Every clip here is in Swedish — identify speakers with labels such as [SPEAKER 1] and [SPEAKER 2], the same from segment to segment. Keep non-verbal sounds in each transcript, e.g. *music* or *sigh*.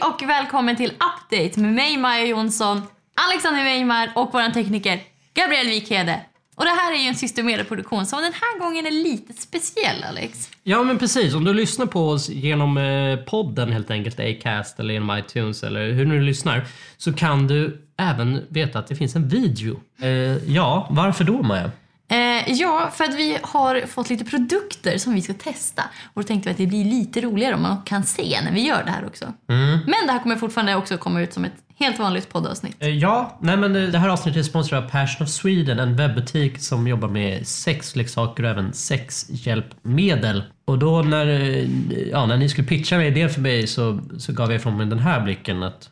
[SPEAKER 1] och välkommen till Update med mig Maja Jonsson, Alexander Weimar och vår tekniker Gabriel Wikhede. Och det här är ju en systemerad-produktion som den här gången är lite speciell Alex.
[SPEAKER 2] Ja men precis, om du lyssnar på oss genom eh, podden helt enkelt, Acast eller genom iTunes eller hur nu du lyssnar, så kan du även veta att det finns en video.
[SPEAKER 3] Eh, ja, varför då Maja?
[SPEAKER 1] Eh, ja, för att vi har fått lite produkter som vi ska testa och då tänkte vi att det blir lite roligare om man kan se när vi gör det här också. Men det här kommer fortfarande också komma ut som ett helt vanligt poddavsnitt.
[SPEAKER 3] Eh, ja, nej men eh, det här avsnittet är sponsrat av Passion of Sweden, en webbutik som jobbar med sexleksaker och även sexhjälpmedel. Och då när, eh, ja, när ni skulle pitcha med idén för mig så, så gav jag ifrån mig den här blicken att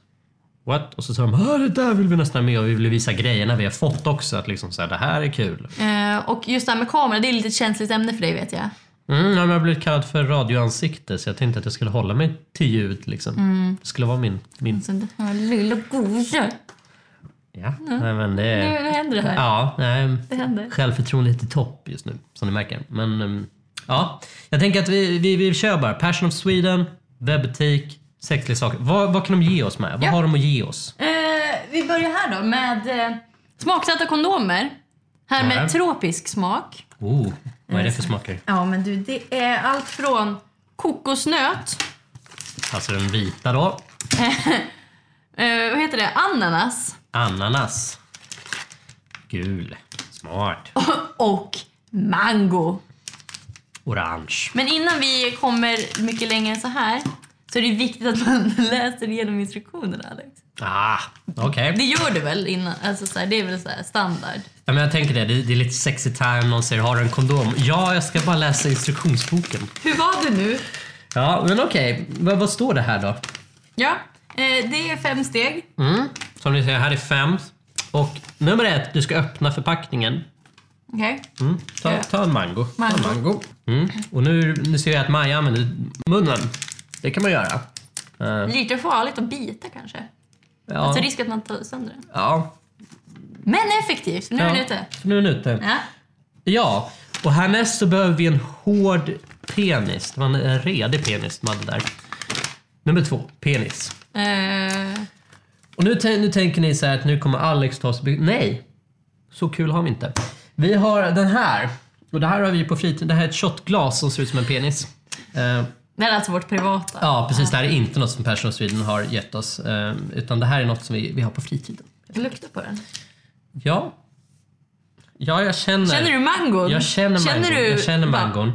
[SPEAKER 3] What? Och så sa de "Ah, det där vill vi nästan ha med och vi vill visa grejerna vi har fått också. Att liksom så här, det här är kul.
[SPEAKER 1] Eh, och just det här med kameran, det är lite känsligt ämne för dig vet jag.
[SPEAKER 3] Mm, ja, men jag har blivit kallad för radioansikte så jag tänkte att jag skulle hålla mig till ljud. Liksom. Det skulle vara min... min
[SPEAKER 1] Så det här lilla gode.
[SPEAKER 3] ja. Nej, men det är...
[SPEAKER 1] Mm. Nu händer det här.
[SPEAKER 3] Ja, nej.
[SPEAKER 1] Det händer.
[SPEAKER 3] Självförtroendet är i topp just nu, som ni märker. Men ehm, ja, jag tänker att vi, vi, vi kör bara. Passion of Sweden, webbutik, sexleksaker. Vad, vad kan de ge oss med? Vad
[SPEAKER 1] Ja.
[SPEAKER 3] har de att ge oss?
[SPEAKER 1] Eh, vi börjar här då med eh, smaksatta kondomer. Här med
[SPEAKER 3] Ja.
[SPEAKER 1] tropisk smak.
[SPEAKER 3] Oh, vad är
[SPEAKER 1] Eh,
[SPEAKER 3] det för smaker?
[SPEAKER 1] Ja, men du, det är allt från kokosnöt,
[SPEAKER 3] Alltså den vita då.
[SPEAKER 1] eh, vad heter det, ananas
[SPEAKER 3] Ananas. Gul. Smart.
[SPEAKER 1] och mango.
[SPEAKER 3] Orange.
[SPEAKER 1] Men innan vi kommer mycket längre än så här så är det viktigt att man *laughs* läser igenom instruktionerna, Alex.
[SPEAKER 3] Ah, okej.
[SPEAKER 1] Det gör du väl innan? Alltså så här, det är väl så här standard?
[SPEAKER 3] Ja, men jag tänker det. det. Det är lite sexy time. Någon säger “Har du en kondom?” Ja, jag ska bara läsa instruktionsboken.
[SPEAKER 1] Hur var det nu?
[SPEAKER 3] Ja, men okej. Vad, vad står det här då?
[SPEAKER 1] Ja, eh, det är fem steg.
[SPEAKER 3] Mm. Som ni ser, här är fem. Och nummer ett, du ska öppna förpackningen.
[SPEAKER 1] Okej.
[SPEAKER 3] Mm. Ta, ta en mango.
[SPEAKER 1] Mango.
[SPEAKER 3] Ta en mango. Mm. Och nu, nu ser jag att Maja använder munnen. Det kan man göra. Eh,
[SPEAKER 1] Lite farligt att bita kanske.
[SPEAKER 3] ja.
[SPEAKER 1] Mm. Alltså risk att man tar sönder den.
[SPEAKER 3] ja.
[SPEAKER 1] Men effektivt, nu är den
[SPEAKER 3] Ja.
[SPEAKER 1] ute.
[SPEAKER 3] Nu är den ute.
[SPEAKER 1] Ja.
[SPEAKER 3] Ja. Och härnäst så behöver vi en hård penis. Det var en, en redig penis de hade där. Nummer två, penis.
[SPEAKER 1] Eh,
[SPEAKER 3] Och nu, tän- nu tänker ni så här att nu kommer Alex ta oss by- Nej! Så kul har vi inte. Vi har den här. Och det här har vi på fritiden. Det här är ett shotglas som ser ut som en penis. Eh,
[SPEAKER 1] det här är alltså vårt privata.
[SPEAKER 3] ja, precis. Det här är inte något som Persson och Sweden har gett oss. eh, utan det här är något som vi, vi har på fritiden.
[SPEAKER 1] Lukta på den.
[SPEAKER 3] Ja. Ja, jag känner...
[SPEAKER 1] Känner du mangon?
[SPEAKER 3] Jag känner, mangon.
[SPEAKER 1] du- mm.
[SPEAKER 3] jag känner
[SPEAKER 1] Va?
[SPEAKER 3] mangon.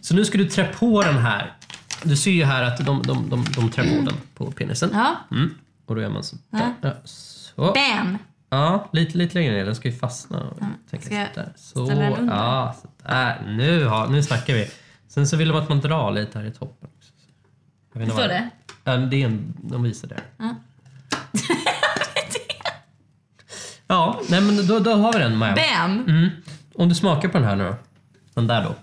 [SPEAKER 3] Så nu ska du trä på den här. Du ser ju här att de, de, de, de trär
[SPEAKER 1] *clears throat*
[SPEAKER 3] på den på penisen.
[SPEAKER 1] Ja.
[SPEAKER 3] Mm. Och då gör man så. där. Ja, så.
[SPEAKER 1] Bam!
[SPEAKER 3] Ja, lite, lite längre ner. Den ska ju fastna. Och tänka
[SPEAKER 1] Ska jag
[SPEAKER 3] sådär. Så,
[SPEAKER 1] ställa den under?
[SPEAKER 3] ja, sådär. Nu, har, nu snackar vi. Sen så vill de att man drar lite här i toppen. också. Jag vet inte
[SPEAKER 1] Står
[SPEAKER 3] vad-
[SPEAKER 1] det?
[SPEAKER 3] Ja, det är en, de visar det. *laughs* ja, nej men då, då har vi den Maja.
[SPEAKER 1] Bam!
[SPEAKER 3] Mm. Om du smakar på den här nu då. Den där då.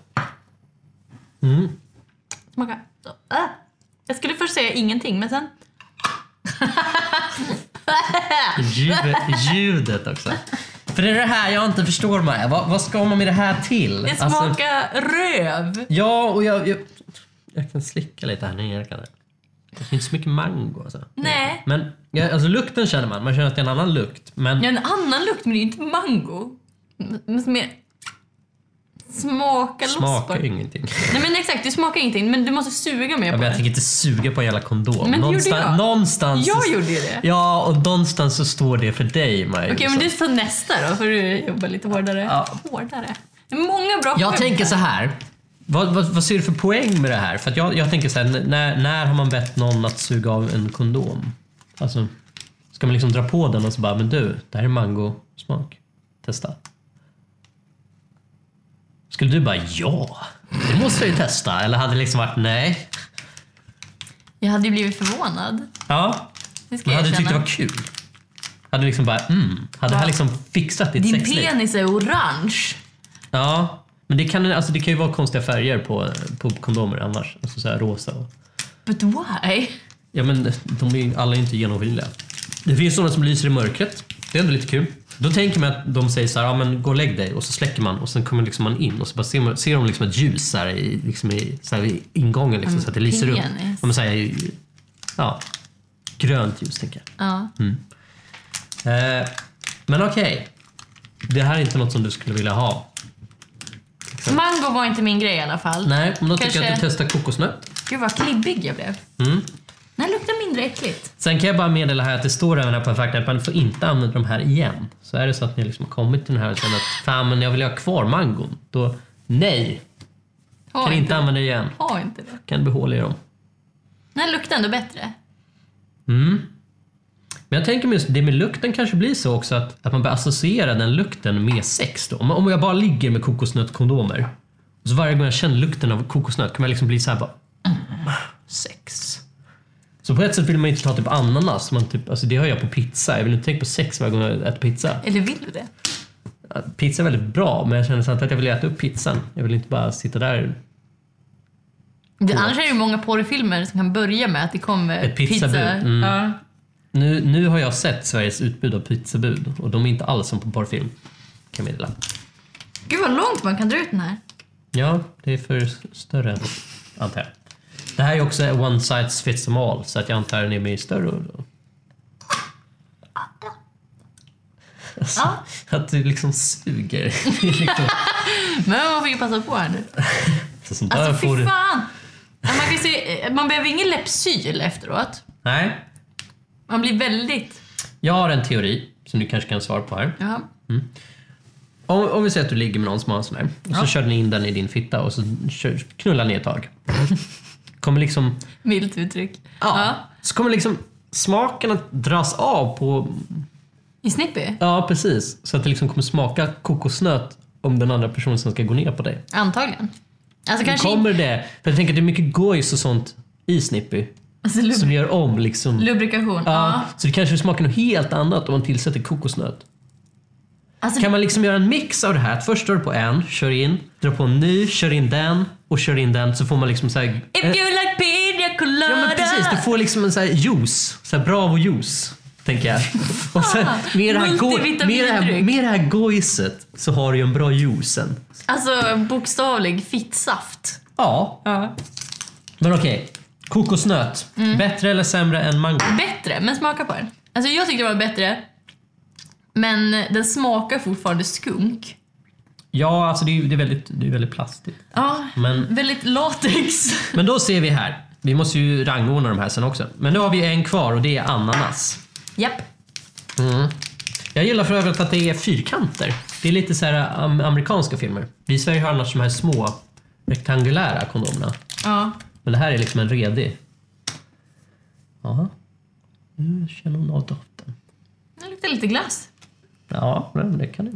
[SPEAKER 1] Smaka. Så. Ah. Jag skulle först säga ingenting, men sen...
[SPEAKER 3] Ljud, ljudet också. För det är det här jag inte förstår Maja. Vad, vad ska man med det här till?
[SPEAKER 1] Det
[SPEAKER 3] Alltså-
[SPEAKER 1] smakar röv!
[SPEAKER 3] Ja, och jag, jag, jag kan slicka lite här nere. Kan jag. Det finns så mycket mango. Alltså.
[SPEAKER 1] Nej.
[SPEAKER 3] Men ja, alltså, lukten känner man. Man känner att det är en annan lukt. Men
[SPEAKER 1] Jag har en annan lukt, men det är ju inte mango. M- Men som mer... Smaka loss på
[SPEAKER 3] smakar
[SPEAKER 1] den.
[SPEAKER 3] ju ingenting.
[SPEAKER 1] Nej men exakt, det smakar ingenting men du måste suga mer
[SPEAKER 3] Ja,
[SPEAKER 1] på
[SPEAKER 3] men jag
[SPEAKER 1] det.
[SPEAKER 3] tänker inte suga på en jävla kondom.
[SPEAKER 1] Men det gjorde jag.
[SPEAKER 3] någonstans
[SPEAKER 1] Jag
[SPEAKER 3] så,
[SPEAKER 1] gjorde ju det.
[SPEAKER 3] Ja, och någonstans så står det för dig, Maj.
[SPEAKER 1] Okej men du tar nästa då får du jobba lite hårdare.
[SPEAKER 3] Ja.
[SPEAKER 1] Hårdare? Det är många bra
[SPEAKER 3] Jag
[SPEAKER 1] skämt här.
[SPEAKER 3] tänker så här. Vad, vad, vad ser du för poäng med det här? För att jag, jag tänker så här, när, när har man bett någon att suga av en kondom? Alltså, ska man liksom dra på den och så bara, men du, det här är mangosmak. Testa. Skulle du bara, ja, det måste jag ju testa. Eller hade det liksom varit, nej.
[SPEAKER 1] Jag hade ju blivit förvånad.
[SPEAKER 3] Ja,
[SPEAKER 1] Det ska
[SPEAKER 3] men
[SPEAKER 1] jag
[SPEAKER 3] hade du tyckt det
[SPEAKER 1] erkänna.
[SPEAKER 3] var kul? Hade du liksom bara, mm, hade det här liksom fixat ditt
[SPEAKER 1] Din
[SPEAKER 3] sexliv?
[SPEAKER 1] penis är orange.
[SPEAKER 3] Ja, men det kan, alltså, det kan ju vara konstiga färger på, på kondomer annars. Alltså så här rosa och...
[SPEAKER 1] But why?
[SPEAKER 3] Ja men de är, alla är inte genomskinliga. Det finns sådana som lyser i mörkret. Det är ändå lite kul. Då tänker man att de säger så här, ja men gå och lägg dig och så släcker man och sen kommer liksom man in och så bara ser, man, ser de liksom ett ljus här i, liksom i, så här i ingången liksom, så att det lyser upp.
[SPEAKER 1] penis.
[SPEAKER 3] Ja, men så här, i- ja, Grönt ljus tänker jag.
[SPEAKER 1] Ja.
[SPEAKER 3] Eh, men okej. Det här är inte något som du skulle vilja ha.
[SPEAKER 1] Mango var inte min grej i alla fall.
[SPEAKER 3] Nej, men då tycker jag att
[SPEAKER 1] Kanske-
[SPEAKER 3] du testar kokosnöt.
[SPEAKER 1] Gud vad klibbig jag blev.
[SPEAKER 3] Mm.
[SPEAKER 1] Den luktar mindre äckligt.
[SPEAKER 3] Sen kan jag bara meddela här att det står även här på fakta att man får inte använda de här igen. Så är det så att ni liksom har kommit till den här och känner att fan men jag vill ha kvar mangon. Då nej,
[SPEAKER 1] Ha
[SPEAKER 3] kan
[SPEAKER 1] inte,
[SPEAKER 3] inte använda det igen.
[SPEAKER 1] ha inte det.
[SPEAKER 3] Kan behålla i dem.
[SPEAKER 1] Den luktar ändå bättre.
[SPEAKER 3] Mm. Men jag tänker mig just det med lukten kanske blir så också att, att man börjar associera den lukten med sex. Då. Om, om jag bara ligger med kokosnötkondomer och så varje gång jag känner lukten av kokosnöt kan man liksom bli så här bara *clears throat* mm, sex. Så på ett sätt vill man inte ta typ ananas, man typ, alltså det har jag på pizza. Jag vill inte tänka på sex varje gång jag äter pizza.
[SPEAKER 1] Eller vill du det?
[SPEAKER 3] Att Pizza är väldigt bra men jag känner samtidigt att jag vill äta upp pizzan. Jag vill inte bara sitta där.
[SPEAKER 1] det annars är det ju många porrfilmer som kan börja med att det kommer
[SPEAKER 3] Ett pizzabud,
[SPEAKER 1] pizza.
[SPEAKER 3] mm.
[SPEAKER 1] Ja.
[SPEAKER 3] Nu, nu har jag sett Sveriges utbud av pizzabud och de är inte alls som på porrfilm. Kan jag meddela.
[SPEAKER 1] Gud vad långt man kan dra ut den här.
[SPEAKER 3] Ja, det är för s- större, antar jag. Det här är också one size fits them all, så att jag antar den är med i större. då. Alltså,
[SPEAKER 1] Ja.
[SPEAKER 3] *laughs* Att du liksom suger.
[SPEAKER 1] *laughs*
[SPEAKER 3] Det är liksom,
[SPEAKER 1] Men man får ju passa på här nu.
[SPEAKER 3] så sånt där
[SPEAKER 1] Alltså
[SPEAKER 3] får
[SPEAKER 1] fy
[SPEAKER 3] du-
[SPEAKER 1] fan! Ja, Man, kan se, eh, man behöver ingen Lypsyl efteråt.
[SPEAKER 3] Nej,
[SPEAKER 1] Man blir väldigt...
[SPEAKER 3] jag har en teori som du kanske kan svara på här.
[SPEAKER 1] Ja.
[SPEAKER 3] Om, om vi säger att du ligger med någon som har en sån här och så
[SPEAKER 1] Ja.
[SPEAKER 3] kör den in den i din fitta och så kör, knullar ni ett tag. Kommer liksom
[SPEAKER 1] Milt uttryck.
[SPEAKER 3] Så kommer liksom smaken att dras av på...
[SPEAKER 1] I Snippy?
[SPEAKER 3] Ja, precis. Så att det liksom kommer smaka kokosnöt om den andra personen sen ska gå ner på dig.
[SPEAKER 1] Antagligen. Alltså kanske
[SPEAKER 3] Kommer det? För jag tänker att det är mycket gojs och sånt i Snippy
[SPEAKER 1] alltså, lub-
[SPEAKER 3] som gör om liksom...
[SPEAKER 1] lubrikation. Ja.
[SPEAKER 3] Ja, så det kanske smakar något helt annat om man tillsätter kokosnöt.
[SPEAKER 1] Alltså,
[SPEAKER 3] Kan man liksom göra en mix av det här? Att först drar du på en, kör in, drar på en ny, kör in den och kör in den så får man liksom så här...
[SPEAKER 1] If you like pina colada!
[SPEAKER 3] Ja men precis, du får liksom en sån här juice. Så här Bravo-juice,
[SPEAKER 1] *laughs*
[SPEAKER 3] tänker jag. Och sen,
[SPEAKER 1] Ah,
[SPEAKER 3] med, det här go- med, det här, med det här gojset så har du ju en bra juice sen.
[SPEAKER 1] Alltså bokstavlig fittsaft.
[SPEAKER 3] Ja,
[SPEAKER 1] Ja.
[SPEAKER 3] men okej. Kokosnöt. Bättre eller sämre än mango?
[SPEAKER 1] Bättre, men smaka på den. Alltså jag tyckte det var bättre. Men den smakar fortfarande skunk.
[SPEAKER 3] Ja, alltså det är, ju- det är, väldigt, det är väldigt plastigt.
[SPEAKER 1] Ja,
[SPEAKER 3] Men,
[SPEAKER 1] väldigt latex.
[SPEAKER 3] men då ser vi här. Vi måste ju rangordna de här sen också. Men då har vi en kvar och det är ananas. Mm.
[SPEAKER 1] Japp.
[SPEAKER 3] Jag gillar för övrigt att det är fyrkanter. Det är lite så här am- amerikanska filmer. Vi i Sverige har annars de här små rektangulära kondomerna.
[SPEAKER 1] Ja.
[SPEAKER 3] Men det här är liksom en redig. Jaha. Nu känner hon av doften.
[SPEAKER 1] Den luktar lite glass.
[SPEAKER 3] Ja, men det kan du.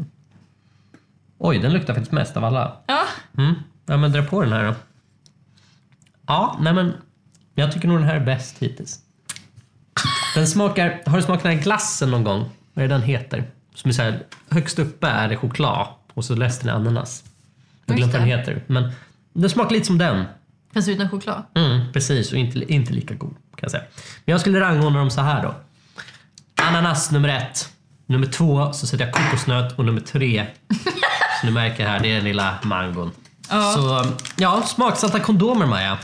[SPEAKER 3] Oj, den luktar faktiskt mest av alla.
[SPEAKER 1] Ja.
[SPEAKER 3] Mm. Ja, men dra på den här då. Ja, nej men. Jag tycker nog den här är bäst hittills. Den smakar... Har du smakat den här glassen någon gång? Vad är den heter? Som är så här, högst uppe är det choklad och så resten är ananas. Jag har glömt
[SPEAKER 1] Just
[SPEAKER 3] vad den
[SPEAKER 1] det.
[SPEAKER 3] heter. Men den smakar lite som den.
[SPEAKER 1] Fast utan choklad.
[SPEAKER 3] Mm, precis, och inte, inte lika god kan jag säga. Men jag skulle rangordna dem så här då. Ananas nummer ett. Nummer två så sätter jag kokosnöt och
[SPEAKER 1] *laughs*
[SPEAKER 3] nummer tre, som du märker här, det är den lilla mangon.
[SPEAKER 1] Ja.
[SPEAKER 3] Så ja, smaksatta kondomer Maja.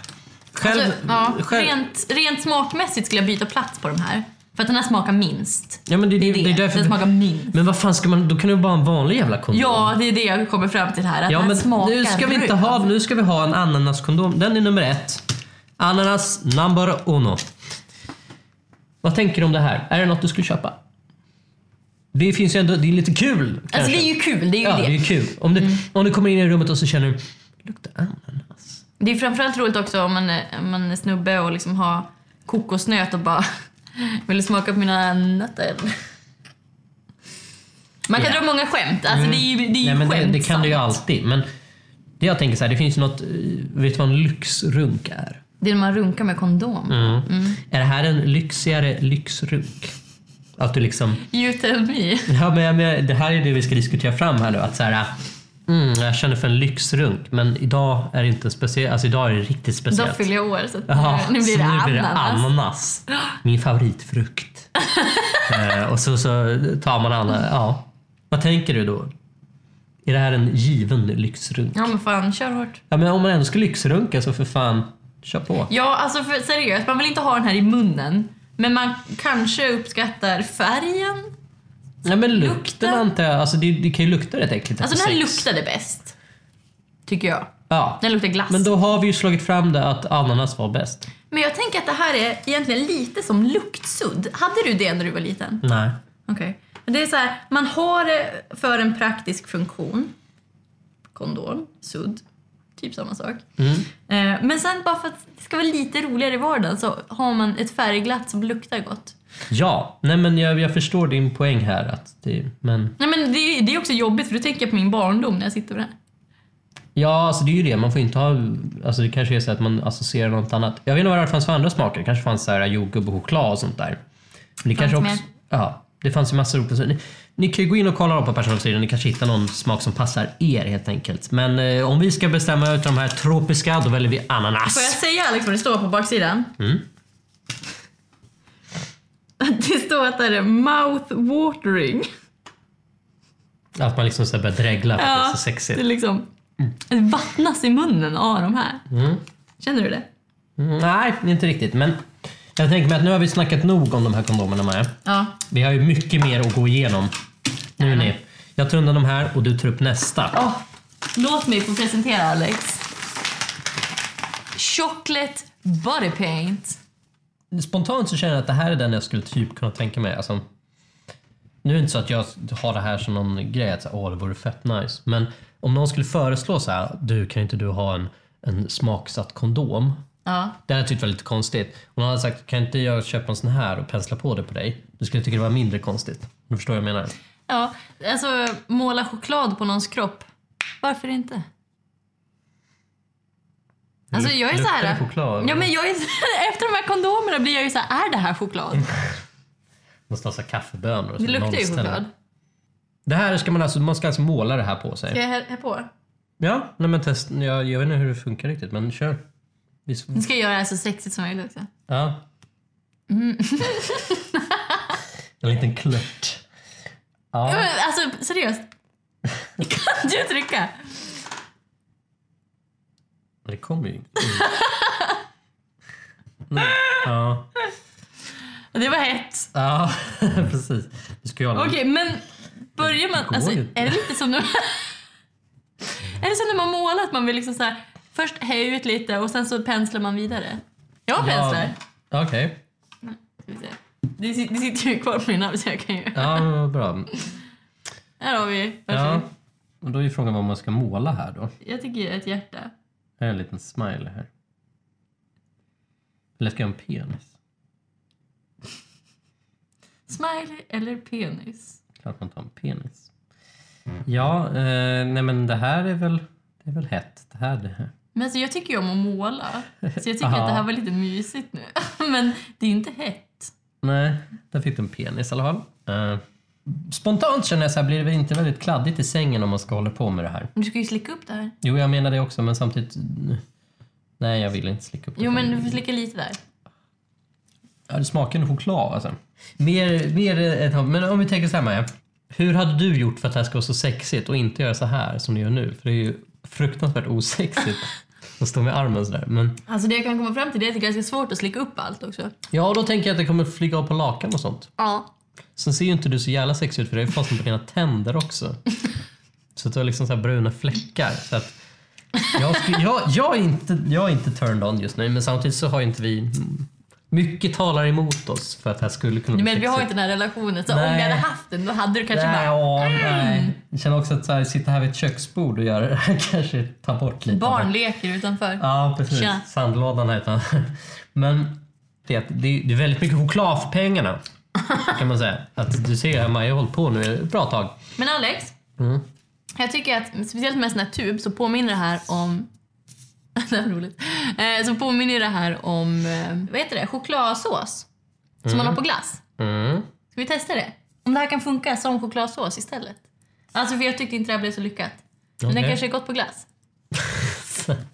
[SPEAKER 3] Själv,
[SPEAKER 1] Alltså, ja,
[SPEAKER 3] själv,
[SPEAKER 1] rent, rent smakmässigt skulle jag byta plats på de här. För att den här smakar minst.
[SPEAKER 3] ja, men det, det,
[SPEAKER 1] Det är
[SPEAKER 3] det,
[SPEAKER 1] det.
[SPEAKER 3] är därför,
[SPEAKER 1] den smakar minst.
[SPEAKER 3] men vad fan ska man, då kan du bara ha en vanlig jävla kondom.
[SPEAKER 1] Ja, det är det jag kommer fram till här. Att
[SPEAKER 3] Ja,
[SPEAKER 1] den här
[SPEAKER 3] men
[SPEAKER 1] smakar
[SPEAKER 3] nu ska vi inte
[SPEAKER 1] röd.
[SPEAKER 3] ha, nu ska vi ha en ananaskondom. Den är nummer ett. Ananas number uno. Vad tänker du om det här? Är det något du skulle köpa? Det finns ju ändå, det är lite kul.
[SPEAKER 1] Alltså
[SPEAKER 3] kanske.
[SPEAKER 1] det är ju kul, det är ju
[SPEAKER 3] ja,
[SPEAKER 1] det. Mm.
[SPEAKER 3] det är kul. Om du, om du kommer in i rummet och så känner du, luktar ananas.
[SPEAKER 1] Det är framförallt roligt också om man, är- om man är snubbe och liksom har kokosnöt och bara *laughs* vill du smaka på mina nötter. Man kan
[SPEAKER 3] Ja.
[SPEAKER 1] dra många skämt, alltså det är ju, det är ju
[SPEAKER 3] Nej, men det, det kan
[SPEAKER 1] skämtsamt.
[SPEAKER 3] du ju alltid. Men det jag tänker så här, det finns ju något, eh, vet du vad en lyxrunk är?
[SPEAKER 1] Det är när man runkar med kondom.
[SPEAKER 3] Mm.
[SPEAKER 1] Mm.
[SPEAKER 3] Är det här en lyxigare lyxrunk? Att du liksom
[SPEAKER 1] You tell me.
[SPEAKER 3] Ja, men, jag- men det här är det vi ska diskutera fram här nu. Att så här, mm, jag känner för en lyxrunk, men idag är det inte speciellt. Alltså idag är det riktigt
[SPEAKER 1] Då
[SPEAKER 3] speciellt.
[SPEAKER 1] fyller jag år så att eh,
[SPEAKER 3] Ja,
[SPEAKER 1] nu blir
[SPEAKER 3] så
[SPEAKER 1] det
[SPEAKER 3] nu blir det
[SPEAKER 1] ananas.
[SPEAKER 3] ananas.
[SPEAKER 1] *laughs*
[SPEAKER 3] Min favoritfrukt. eh, och så, så tar man alla. Ja. Vad tänker du då? Är det här en given lyxrunk?
[SPEAKER 1] Ja men fan, kör hårt.
[SPEAKER 3] Ja, men om man ändå ska lyxrunka så för fan, kör på.
[SPEAKER 1] Ja alltså för, seriöst, man vill inte ha den här i munnen. Men man kanske uppskattar färgen.
[SPEAKER 3] Nej men lukten,
[SPEAKER 1] Lukten.
[SPEAKER 3] antar jag. Alltså det, det kan ju lukta rätt äckligt
[SPEAKER 1] Alltså den
[SPEAKER 3] efter
[SPEAKER 1] här
[SPEAKER 3] sex.
[SPEAKER 1] luktade bäst. Tycker jag.
[SPEAKER 3] Ja.
[SPEAKER 1] Den luktar glass.
[SPEAKER 3] Men då har vi ju slagit fram det att ananas var bäst.
[SPEAKER 1] Men jag tänker att det här är egentligen lite som luktsudd. Hade du det när du var liten?
[SPEAKER 3] Nej.
[SPEAKER 1] Okej. Men Det är så här, man har det för en praktisk funktion. Kondom, sudd, typ samma sak.
[SPEAKER 3] Mm.
[SPEAKER 1] Eh, Men sen bara för att det ska vara lite roligare i vardagen så har man ett färgglatt som luktar gott.
[SPEAKER 3] Ja, nej men jag, jag förstår din poäng här. Att det, men
[SPEAKER 1] Nej men det, är- det är också jobbigt för då tänker jag på min barndom när jag sitter med det här.
[SPEAKER 3] ja, alltså det är ju det. Man får inte ha... Alltså det kanske är så att man associerar något annat. Jag vet inte vad det fanns för andra smaker. Det kanske fanns så här jordgubb och choklad och sånt där. Men det
[SPEAKER 1] Fanns
[SPEAKER 3] kanske också...
[SPEAKER 1] mer.
[SPEAKER 3] Ja, det fanns ju massor olika... Ni, ni kan ju gå in och kolla upp på personalsidan. Ni kanske hittar någon smak som passar er helt enkelt. Men eh, om vi ska bestämma ut de här tropiska, då väljer vi ananas.
[SPEAKER 1] Får jag säga Alex vad det står på baksidan?
[SPEAKER 3] Mm.
[SPEAKER 1] *laughs* Det står att det är mouth watering.
[SPEAKER 3] Att man liksom så här börjar dregla för att det är
[SPEAKER 1] Ja,
[SPEAKER 3] så sexigt. Mm.
[SPEAKER 1] det är liksom det vattnas i munnen av de här. Känner du det?
[SPEAKER 3] Mm, Nej, inte riktigt. Men jag tänker mig att nu har vi snackat nog om de här kondomerna Maja.
[SPEAKER 1] Ja.
[SPEAKER 3] Vi har ju mycket mer att gå igenom. Nu ni. Jag tar undan de här och du tar upp nästa.
[SPEAKER 1] Åh, låt mig få presentera Alex. Chocolate body paint.
[SPEAKER 3] Spontant så känner jag att det här är den jag skulle typ kunna tänka mig. Alltså, nu är det inte så att jag har det här som någon grej att så här, åh det vore fett nice. Men om någon skulle föreslå så här, du kan inte du ha en, en smaksatt kondom?
[SPEAKER 1] Ja.
[SPEAKER 3] Det hade jag tyckt var lite konstigt. Hon hade sagt, kan inte jag köpa en sån här och pensla på det på dig? Då skulle jag tycka det var mindre konstigt. Du förstår vad jag menar?
[SPEAKER 1] ja, alltså måla choklad på någons kropp. Varför inte? Alltså jag är så
[SPEAKER 3] Luktar
[SPEAKER 1] här.
[SPEAKER 3] det choklad?
[SPEAKER 1] Ja, men jag är, *laughs* efter de här kondomerna blir jag ju så här, är det här
[SPEAKER 3] Mm.
[SPEAKER 1] choklad?
[SPEAKER 3] Måste ha så här kaffebönor. och så
[SPEAKER 1] Det luktar ju
[SPEAKER 3] nollställa.
[SPEAKER 1] choklad.
[SPEAKER 3] Det här ska man alltså, man ska alltså måla det här på sig?
[SPEAKER 1] Ska jag hä- hä på?
[SPEAKER 3] Ja, nej men test, jag, jag vet inte hur det funkar riktigt men kör. Vi s-
[SPEAKER 1] Nu ska jag göra det här så sexigt som möjligt också.
[SPEAKER 3] Ja. en liten klört.
[SPEAKER 1] Ja, men Alltså
[SPEAKER 3] *laughs*
[SPEAKER 1] seriöst. Kan du trycka?
[SPEAKER 3] Men Det kommer ju mm. Nej. Ja.
[SPEAKER 1] Det var hett.
[SPEAKER 3] ja, *laughs* precis. Vi ska ju ha
[SPEAKER 1] Okej,
[SPEAKER 3] den.
[SPEAKER 1] men börjar man...
[SPEAKER 3] går
[SPEAKER 1] Alltså,
[SPEAKER 3] ju inte.
[SPEAKER 1] är det lite som när *laughs* man... är det som när man målar, att man vill liksom så här, först heja ut lite och sen så penslar man vidare? Jag har penslar.
[SPEAKER 3] Okej.
[SPEAKER 1] Ska vi se. Det sit- det sitter ju kvar på min arm så jag kan ju...
[SPEAKER 3] Ja, men vad bra.
[SPEAKER 1] Här har vi
[SPEAKER 3] Ja.
[SPEAKER 1] varsin.
[SPEAKER 3] Och då är frågan vad man ska måla här då.
[SPEAKER 1] Jag tycker ju ett hjärta.
[SPEAKER 3] Här är en liten smiley här. Eller ska jag ha en penis?
[SPEAKER 1] Smiley eller penis?
[SPEAKER 3] Klart man tar en penis. Ja, eh, nej men det här är väl, det är väl hett. Det här, det här.
[SPEAKER 1] Men alltså, jag tycker ju om att måla, så jag tycker
[SPEAKER 3] *laughs* Ja.
[SPEAKER 1] att det här var lite mysigt nu. *laughs* men det är inte hett.
[SPEAKER 3] Nej, där fick du en penis i alla fall. Eh, spontant känner jag så här, blir det väl inte väldigt kladdigt i sängen om man ska hålla på med det här?
[SPEAKER 1] Men Du ska ju slicka upp det här.
[SPEAKER 3] Jo, jag menar det också, men samtidigt... Nej, jag vill inte slicka upp det.
[SPEAKER 1] Jo, men du får slicka lite där.
[SPEAKER 3] Ja, det smakar nog choklad alltså. Mer, mer än, men om vi tänker så här Maja. Hur hade du gjort för att det här ska vara så sexigt och inte göra så här som du gör nu? För det är ju fruktansvärt osexigt att stå med armen sådär. Men
[SPEAKER 1] Alltså det jag kan komma fram till det är att det är ganska svårt att slicka upp allt också.
[SPEAKER 3] ja, då tänker jag att det kommer flyga av på lakan och sånt.
[SPEAKER 1] Ja.
[SPEAKER 3] Sen ser ju inte du så jävla sexig ut för det har ju fastnat på dina tänder också. Så att du har liksom så här bruna fläckar. Så att jag, skulle, jag, jag, är inte, jag är inte turned on just nu men samtidigt så har ju inte vi... Mycket talar emot oss för att det här skulle kunna bli
[SPEAKER 1] Men vi har
[SPEAKER 3] sexigt.
[SPEAKER 1] inte den här relationen, så om
[SPEAKER 3] Nej.
[SPEAKER 1] vi hade haft den då hade du kanske
[SPEAKER 3] Nej,
[SPEAKER 1] bara...
[SPEAKER 3] ja, nej. Jag känner också att så här, sitta här vid ett köksbord och göra det här *laughs* kanske tar bort lite.
[SPEAKER 1] Barn leker utanför.
[SPEAKER 3] Ja, precis.
[SPEAKER 1] Tja.
[SPEAKER 3] Sandlådan här utan. *laughs* Men det, är att det, det är väldigt mycket choklad för pengarna. Kan man säga. Att du ser här, Maja har hållit på nu ett bra tag.
[SPEAKER 1] Men Alex,
[SPEAKER 3] Mm.
[SPEAKER 1] jag tycker att speciellt med sån här tub så påminner det här om... *laughs* det här var roligt. Eh, så påminner det här om, eh, vad heter det, chokladsås. Som man har på glass.
[SPEAKER 3] Mm. *laughs*
[SPEAKER 1] Ska vi testa det? Om det här kan funka som chokladsås istället. Alltså för jag tyckte inte det här blev så lyckat. Men
[SPEAKER 3] Okej.
[SPEAKER 1] den kanske är gott på glass.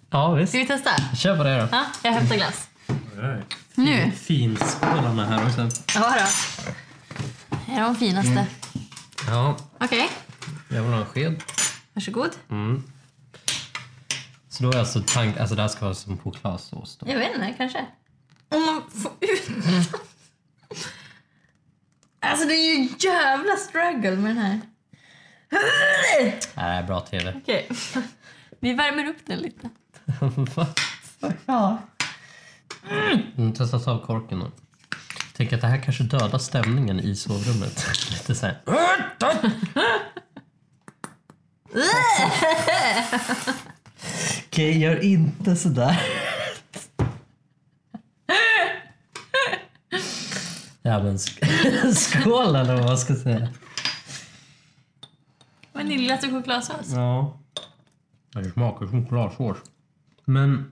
[SPEAKER 3] Ja, visst.
[SPEAKER 1] Ska vi testa?
[SPEAKER 3] Kör på det då.
[SPEAKER 1] Ja, jag hämtar glass. Nu.
[SPEAKER 3] Finskålarna här också.
[SPEAKER 1] Ja då. Här är de finaste.
[SPEAKER 3] Mm. Ja,
[SPEAKER 1] Okej,
[SPEAKER 3] jag vill ha en sked.
[SPEAKER 1] varsågod.
[SPEAKER 3] Så då är alltså tank... Alltså det här ska vara som chokladsås då.
[SPEAKER 1] Jag vet inte, kanske. Om man får ut... Alltså det är ju en jävla struggle med den här.
[SPEAKER 3] Det här är bra TV.
[SPEAKER 1] Okej. Vi värmer upp den lite.
[SPEAKER 3] *laughs* ja. Mm, testa att ta av korken då. Tänk att det här kanske dödar stämningen i sovrummet. *laughs* Lite så här. Okej, gör inte *laughs* sådär. Ja men sk- *laughs* skål eller vad man ska säga.
[SPEAKER 1] Vaniljglass och chokladsås.
[SPEAKER 3] Ja. Det smakar chokladsås. Men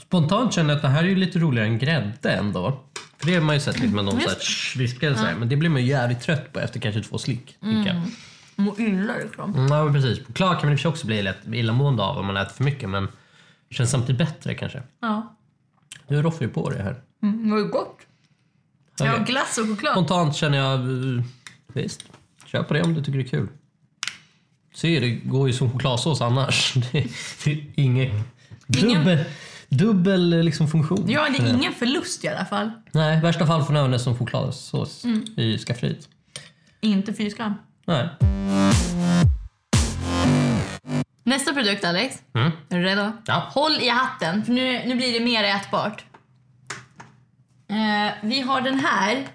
[SPEAKER 3] spontant känner jag att det här är ju lite roligare än grädde ändå. För det har man ju sett lite med någon så här vispgrädde så här. Men det blir man ju jävligt trött på efter kanske två slick. Mm. Jag.
[SPEAKER 1] Mår illa liksom.
[SPEAKER 3] Mm, Ja men precis. Choklad kan man i och för sig också bli lätt illamående av om man äter för mycket men det känns samtidigt bättre kanske.
[SPEAKER 1] Ja.
[SPEAKER 3] Du roffar ju på det här.
[SPEAKER 1] Mm, det var ju gott. Ja,
[SPEAKER 3] Okej.
[SPEAKER 1] glass och choklad.
[SPEAKER 3] Spontant känner jag eh, visst, kör på det om du tycker det är kul. Se, det går ju som chokladsås annars. *laughs* Det är, det är inget dubbel, dubbel liksom funktion.
[SPEAKER 1] Ja, det är ingen förlust i alla fall.
[SPEAKER 3] Nej, i värsta fall får den användas som chokladsås
[SPEAKER 1] Mm.
[SPEAKER 3] i skafferiet.
[SPEAKER 1] Inte fy skam.
[SPEAKER 3] Nej.
[SPEAKER 1] Nästa produkt, Alex.
[SPEAKER 3] Mm.
[SPEAKER 1] Är du redo?
[SPEAKER 3] Ja.
[SPEAKER 1] Håll i hatten, för nu, nu blir det mer ätbart. Eh, vi har den här.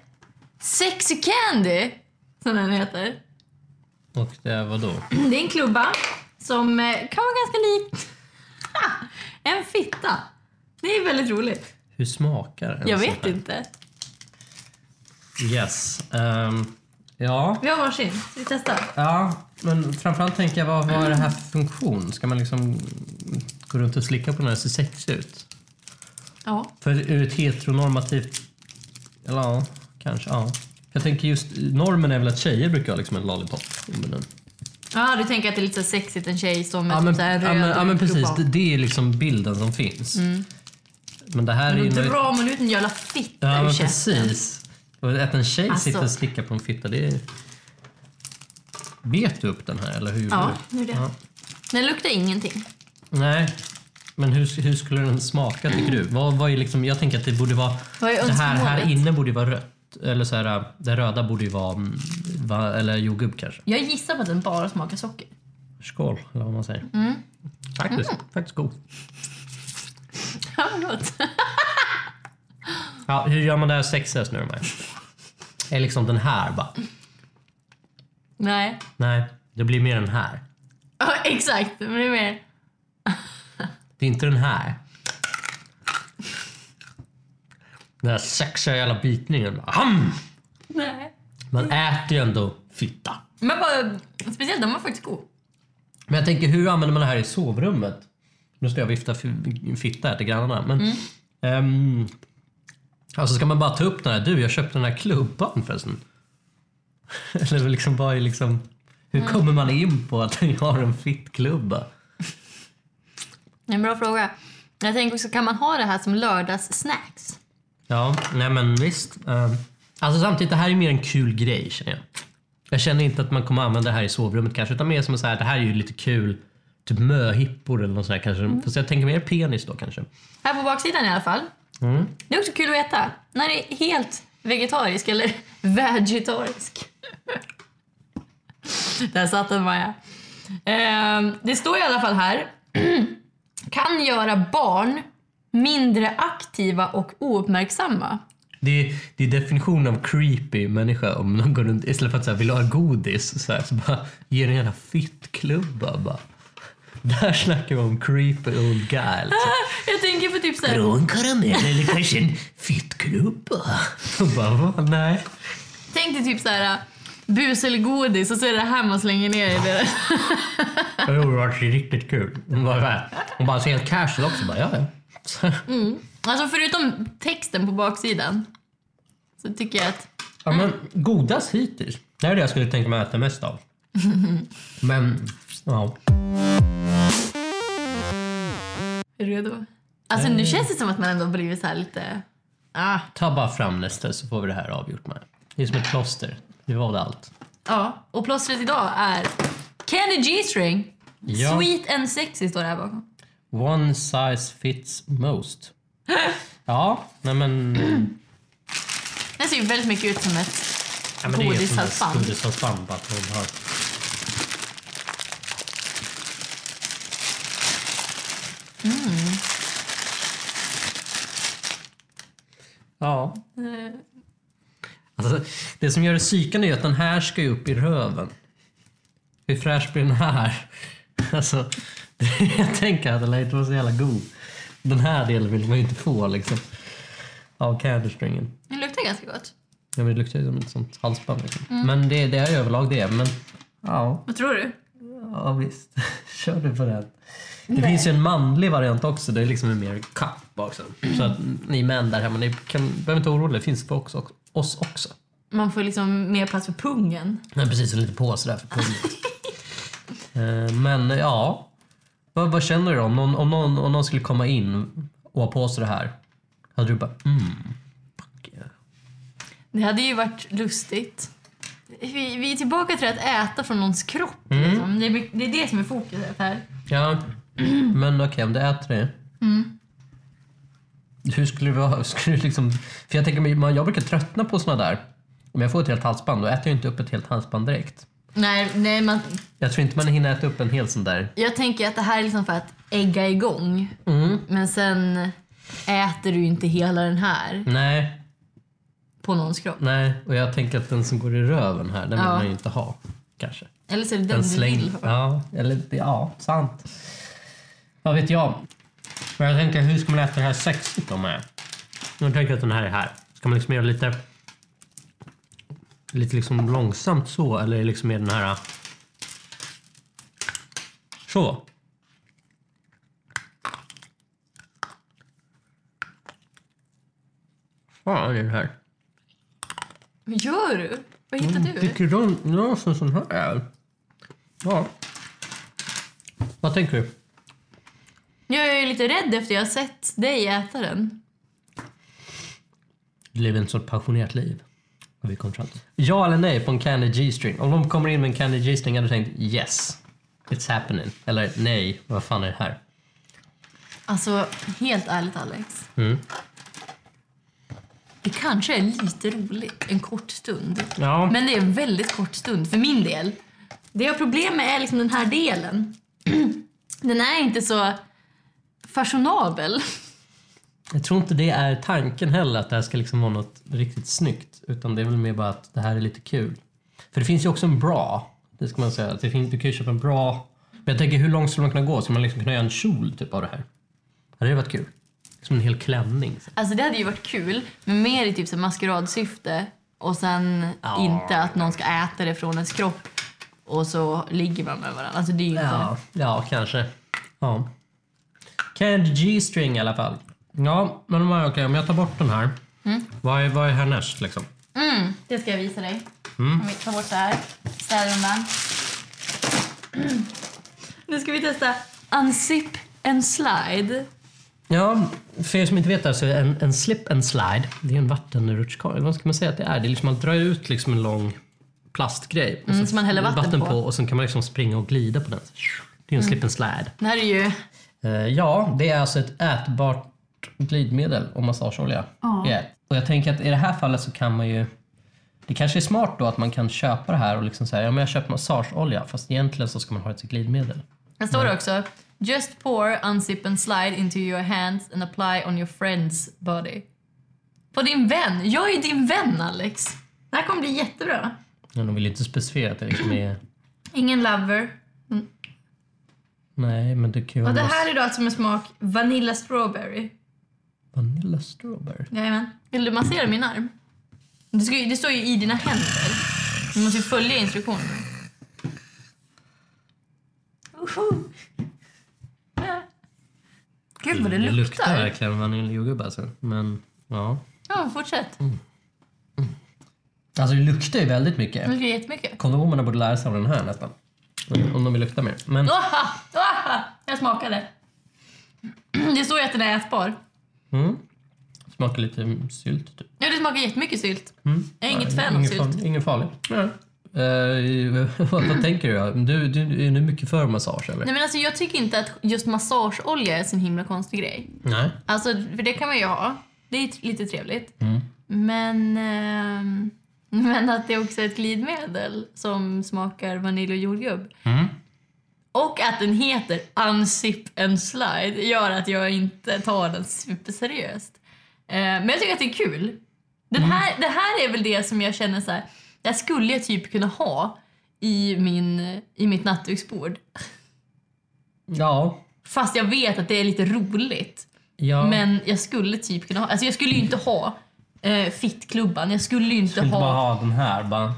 [SPEAKER 1] Sexy Candy, som den heter. *clears throat*
[SPEAKER 3] Och det var då?
[SPEAKER 1] Det är en klubba som eh, kan vara ganska lik *laughs* Ha! en fitta. Det är väldigt roligt.
[SPEAKER 3] Hur smakar en
[SPEAKER 1] Jag
[SPEAKER 3] sån
[SPEAKER 1] vet
[SPEAKER 3] här?
[SPEAKER 1] inte.
[SPEAKER 3] Yes. ehm, ja.
[SPEAKER 1] Vi har varsin. Ska vi testa?
[SPEAKER 3] ja, men framförallt tänker jag vad, vad är det här för funktion? Ska man liksom gå runt och slicka på den här och se sexig ut?
[SPEAKER 1] Ja.
[SPEAKER 3] För ur ett heteronormativt... Eller ja, kanske. Ja. Jag tänker just normen är väl att tjejer brukar ha liksom en lollipop i munnen.
[SPEAKER 1] Ja, du tänker att det är lite sexigt en tjej som är
[SPEAKER 3] Ja
[SPEAKER 1] typ
[SPEAKER 3] men,
[SPEAKER 1] så här
[SPEAKER 3] ja,
[SPEAKER 1] röd Mm.
[SPEAKER 3] men, ja, men
[SPEAKER 1] och
[SPEAKER 3] precis,
[SPEAKER 1] global.
[SPEAKER 3] det, det är liksom bilden som finns. Men det här är ju...
[SPEAKER 1] Då
[SPEAKER 3] när-
[SPEAKER 1] drar man ut en jävla fitta
[SPEAKER 3] Ja
[SPEAKER 1] ur
[SPEAKER 3] men
[SPEAKER 1] käften.
[SPEAKER 3] precis. Och att en tjej
[SPEAKER 1] Alltså.
[SPEAKER 3] sitter och slickar på en fitta det är... Bet du upp den här eller hur gjorde
[SPEAKER 1] Ja,
[SPEAKER 3] du?
[SPEAKER 1] nu är det.
[SPEAKER 3] Ja.
[SPEAKER 1] Den luktar ingenting.
[SPEAKER 3] Nej. Men hur, hur skulle den smaka tycker du? Vad, vad är liksom, jag tänker att det borde vara...
[SPEAKER 1] Vad är
[SPEAKER 3] det här, här
[SPEAKER 1] önskemålet?
[SPEAKER 3] inne borde ju vara rött. Eller så här, äh, det röda borde ju vara... mm, Va, eller jordgubb kanske.
[SPEAKER 1] Jag gissar på att den bara smakar socker.
[SPEAKER 3] Skål eller vad man säger.
[SPEAKER 1] Mm.
[SPEAKER 3] Faktiskt, faktiskt god.
[SPEAKER 1] *laughs* Ja, vad gott.
[SPEAKER 3] Ja, hur gör man det här sexigast nu Maja? Är liksom den här bara?
[SPEAKER 1] Nej.
[SPEAKER 3] Nej, det blir mer den här.
[SPEAKER 1] Ja, exakt. Men det är mer...
[SPEAKER 3] Det är inte den här. Den här sexiga jävla bitningen. Ham!
[SPEAKER 1] Nej.
[SPEAKER 3] Man äter ju ändå fitta.
[SPEAKER 1] Men bara... Speciellt, den var faktiskt god.
[SPEAKER 3] Men jag tänker, hur använder man det här i sovrummet? Nu ska jag vifta f- fitta här till grannarna. Men, ehm, alltså ska man bara ta upp den här? Du, jag köpte den här klubban förresten. *laughs* Eller liksom, vad är liksom... Hur kommer man in på att jag har en fittklubba?
[SPEAKER 1] Det är En bra fråga. Jag tänker också, kan man ha det här som lördagssnacks?
[SPEAKER 3] Ja, nej men visst. Eh, Alltså samtidigt, det här är mer en kul grej känner jag. Jag känner inte att man kommer använda det här i sovrummet kanske, utan mer som så här, det här är ju lite kul. Typ möhippor eller något sånt här kanske. Fast jag tänker mer penis då kanske.
[SPEAKER 1] Här på baksidan i alla fall. Det är också kul att veta. När det är helt vegetarisk eller *laughs* vegetarisk. Där satt den Maja. Ehm, det står i alla fall här. *clears throat* kan göra barn mindre aktiva och ouppmärksamma. *laughs*
[SPEAKER 3] Det är, det är definitionen av creepy människa om någon går runt, istället för att så här, vill ha godis så, här, så bara ger en jävla fittklubba bara. Där snackar vi om creepy old guy. Liksom.
[SPEAKER 1] Jag tänker på typ såhär,
[SPEAKER 3] Dra en Ah, karamell eller kanske en fittklubba. Och bara, "Va? nej.
[SPEAKER 1] tänk dig typ såhär bus eller godis och så är det här man slänger ner i det.
[SPEAKER 3] Jag tror det var riktigt kul. Hon bara, så här- hon bara så helt casual också. Bara, ja, ja. Så-
[SPEAKER 1] Alltså förutom texten på baksidan så tycker jag att
[SPEAKER 3] ja, men godast hittills. Det här är det jag skulle tänka mig att äta mest av. Men, ja.
[SPEAKER 1] Är du redo? Alltså nu känns det som att man ändå har blivit så här lite... Ah.
[SPEAKER 3] Ta bara fram nästa så får vi det här avgjort med. Det är som ett plåster. Nu var det allt.
[SPEAKER 1] Ja, och plåstret idag är Kenny G-string.
[SPEAKER 3] Ja.
[SPEAKER 1] Sweet and sexy står det här bakom.
[SPEAKER 3] One size fits *laughs* most. Ja, nej men...
[SPEAKER 1] Den ser ju väldigt mycket ut som ett
[SPEAKER 3] Ja, men det är som ett
[SPEAKER 1] Godishalsband.
[SPEAKER 3] godishalsband. bara att hon har- Mm. Ja.
[SPEAKER 1] Eh,
[SPEAKER 3] Alltså, det som gör det psykande är att den här ska ju upp i röven. Hur fräsch blir den här? Alltså, *laughs* jag tänker att den lär inte vara så jävla god. Den här delen vill man ju inte få liksom. Av canderstringen.
[SPEAKER 1] Det luktar ganska gott.
[SPEAKER 3] Ja, men det luktar ju som ett sånt halsband. Liksom. Men det, det är överlag det. Men ja,
[SPEAKER 1] Vad tror du?
[SPEAKER 3] ja visst. *laughs* Kör du på den. Det finns ju en manlig variant också. Det är liksom en mer kapp också. Så att ni män där hemma, ni kan, behöver inte oroa er. Det finns för oss också. Oss också.
[SPEAKER 1] Man får liksom mer plats för pungen.
[SPEAKER 3] Men precis, och lite på sådär för punget. Eh, Men ja, vad, vad känner du då? om någon, om, någon, om någon skulle komma in och ha på sig det här? Hade du bara mm, fuck yeah.
[SPEAKER 1] Det hade ju varit lustigt. Vi, vi är tillbaka till att äta från någons kropp. Liksom. Det, är, my- det är det som är fokuset här.
[SPEAKER 3] Ja, men okej om du äter det. Hur skulle det vara? Skulle du liksom, för jag tänker, mig, man- jag brukar tröttna på såna där. Om jag får ett helt halsband då äter jag inte upp ett helt halsband direkt.
[SPEAKER 1] Nej, nej man,
[SPEAKER 3] Jag tror inte man hinner äta upp en hel sån där.
[SPEAKER 1] jag tänker att det här är liksom för att ägga igång.
[SPEAKER 3] Mm.
[SPEAKER 1] Men sen äter du ju inte hela den här
[SPEAKER 3] Nej,
[SPEAKER 1] på någons kropp.
[SPEAKER 3] nej. Och jag tänker att den som går i röven här, den vill
[SPEAKER 1] Ja.
[SPEAKER 3] man ju inte ha. Kanske.
[SPEAKER 1] Eller så är det den,
[SPEAKER 3] Den
[SPEAKER 1] du
[SPEAKER 3] släng.
[SPEAKER 1] vill ha.
[SPEAKER 3] Ja, eller ja, sant. Vad vet jag? Men jag tänker, hur ska man äta det här sexigt då med? Jag tänker att den här är här. Ska man liksom göra lite... Lite liksom långsamt så, eller liksom med den här... Så. Fan är det här?
[SPEAKER 1] Vad gör du? Vad hittar du?
[SPEAKER 3] Tycker du om nås en sån här öl? Ja. Vad tänker du?
[SPEAKER 1] Jag är ju lite rädd efter jag har sett dig äta den.
[SPEAKER 3] Du lever ett så passionerat liv. Har vi kommit fram till. Ja eller nej på en candy G-string. Om de kommer in med en candy G-string hade du tänkt yes. It's happening. Eller nej, vad fan är det här?
[SPEAKER 1] Alltså, helt ärligt Alex.
[SPEAKER 3] Mm.
[SPEAKER 1] Det kanske är lite roligt en kort stund.
[SPEAKER 3] Ja.
[SPEAKER 1] Men det är en väldigt kort stund för min del. Det jag har problem med är liksom den här delen. *clears throat* Den är inte så fashionabel.
[SPEAKER 3] Jag tror inte det är tanken heller att det här ska liksom vara något riktigt snyggt. Utan det är väl mer bara att det här är lite kul. För det finns ju också en bra. Det ska man säga. Att Det finns, du kan ju köpa en bra. Men jag tänker hur långt skulle man kunna gå? Skulle man liksom kunna göra en kjol typ av det här? Hade det varit kul? Som en hel klänning.
[SPEAKER 1] Alltså det hade ju varit kul, men mer i typ så här maskeradsyfte och sen
[SPEAKER 3] Ja.
[SPEAKER 1] inte att någon ska äta det från ens kropp och så ligger man med varandra. Alltså det är ju inte...
[SPEAKER 3] Ja, ja kanske. Ja. Candy G-string i alla fall. Ja, men om jag- okej, om jag tar bort den här. Vad, är, vad är härnäst liksom?
[SPEAKER 1] Mm, det ska jag visa dig.
[SPEAKER 3] Mm.
[SPEAKER 1] Om vi tar bort det här. Städar undan. *clears throat* Nu ska vi testa unzip and slide.
[SPEAKER 3] Ja, för er som inte vet det här så är en, en slip and slide, det är en vattenrutschkana. Eller Vad ska man säga att det är? Det är liksom man drar ut liksom en lång plastgrej. och
[SPEAKER 1] Mm,
[SPEAKER 3] så
[SPEAKER 1] som man häller
[SPEAKER 3] är det
[SPEAKER 1] vatten på. Mm.
[SPEAKER 3] Och sen kan man liksom springa och glida på den. Det är en slip and slide.
[SPEAKER 1] Det här är ju...
[SPEAKER 3] Eh, Ja, det är alltså ett ätbart glidmedel och massageolja.
[SPEAKER 1] Ja.
[SPEAKER 3] i ett. Och jag tänker att i det här fallet så kan man ju... Det kanske är smart då att man kan köpa det här och liksom säga ja men jag köper massageolja fast egentligen så ska man ha ett glidmedel.
[SPEAKER 1] Här står det också. Just pour unzip and slide into your hands and apply on your friend's body. På din vän. Jag är din vän Alex. Det här kommer bli jättebra.
[SPEAKER 3] Men de vill ju inte specificera att det liksom är...
[SPEAKER 1] Ingen lover.
[SPEAKER 3] Nej, men det kan ju vara
[SPEAKER 1] Och det
[SPEAKER 3] någon
[SPEAKER 1] här är då alltså med smak vanilla strawberry.
[SPEAKER 3] vanilla strawberry.
[SPEAKER 1] Jajamän. Vill du massera min arm? Det, ska ju, det står ju i dina händer. Du måste ju följa instruktionerna. Woho! Äh. Gud vad det luktar.
[SPEAKER 3] verkligen vanilj och jordgubbe alltså. Men ja.
[SPEAKER 1] Ja, fortsätt.
[SPEAKER 3] Alltså det luktar ju väldigt mycket.
[SPEAKER 1] Det luktar jättemycket.
[SPEAKER 3] Kondomerna borde lära sig av den här nästan. Om de vill lukta mer. Men
[SPEAKER 1] Oha! Oha! Jag smakade. Det står ju att den är ätbar.
[SPEAKER 3] mm, smakar lite sylt typ.
[SPEAKER 1] Ja, det smakar jättemycket sylt.
[SPEAKER 3] Mm.
[SPEAKER 1] Jag är inget
[SPEAKER 3] Nej,
[SPEAKER 1] fan av
[SPEAKER 3] ingen
[SPEAKER 1] sylt.
[SPEAKER 3] far- ingen farlig. Eh, *laughs* vad, vad tänker du? då? Du, du? Är du mycket för massage eller?
[SPEAKER 1] Nej men alltså jag tycker inte att just massageolja är en sån himla konstig grej.
[SPEAKER 3] Nej.
[SPEAKER 1] Alltså, för det kan man ju ha. Det är t- lite trevligt. Men ehm, *laughs* Men att det också är ett glidmedel som smakar vanilj och jordgubb. Och att den heter Unzip and Slide gör att jag inte tar den superseriöst. Eh, Men jag tycker att det är kul. Den här, Det här är väl det som jag känner så här, det här skulle jag typ kunna ha i, min, i mitt nattduksbord.
[SPEAKER 3] Ja.
[SPEAKER 1] Fast jag vet att det är lite roligt.
[SPEAKER 3] ja.
[SPEAKER 1] Men jag skulle typ kunna ha, alltså jag skulle ju inte ha eh, fittklubban, jag skulle ju inte
[SPEAKER 3] Vill inte
[SPEAKER 1] ha...
[SPEAKER 3] bara ha den
[SPEAKER 1] *clears throat*
[SPEAKER 3] här bara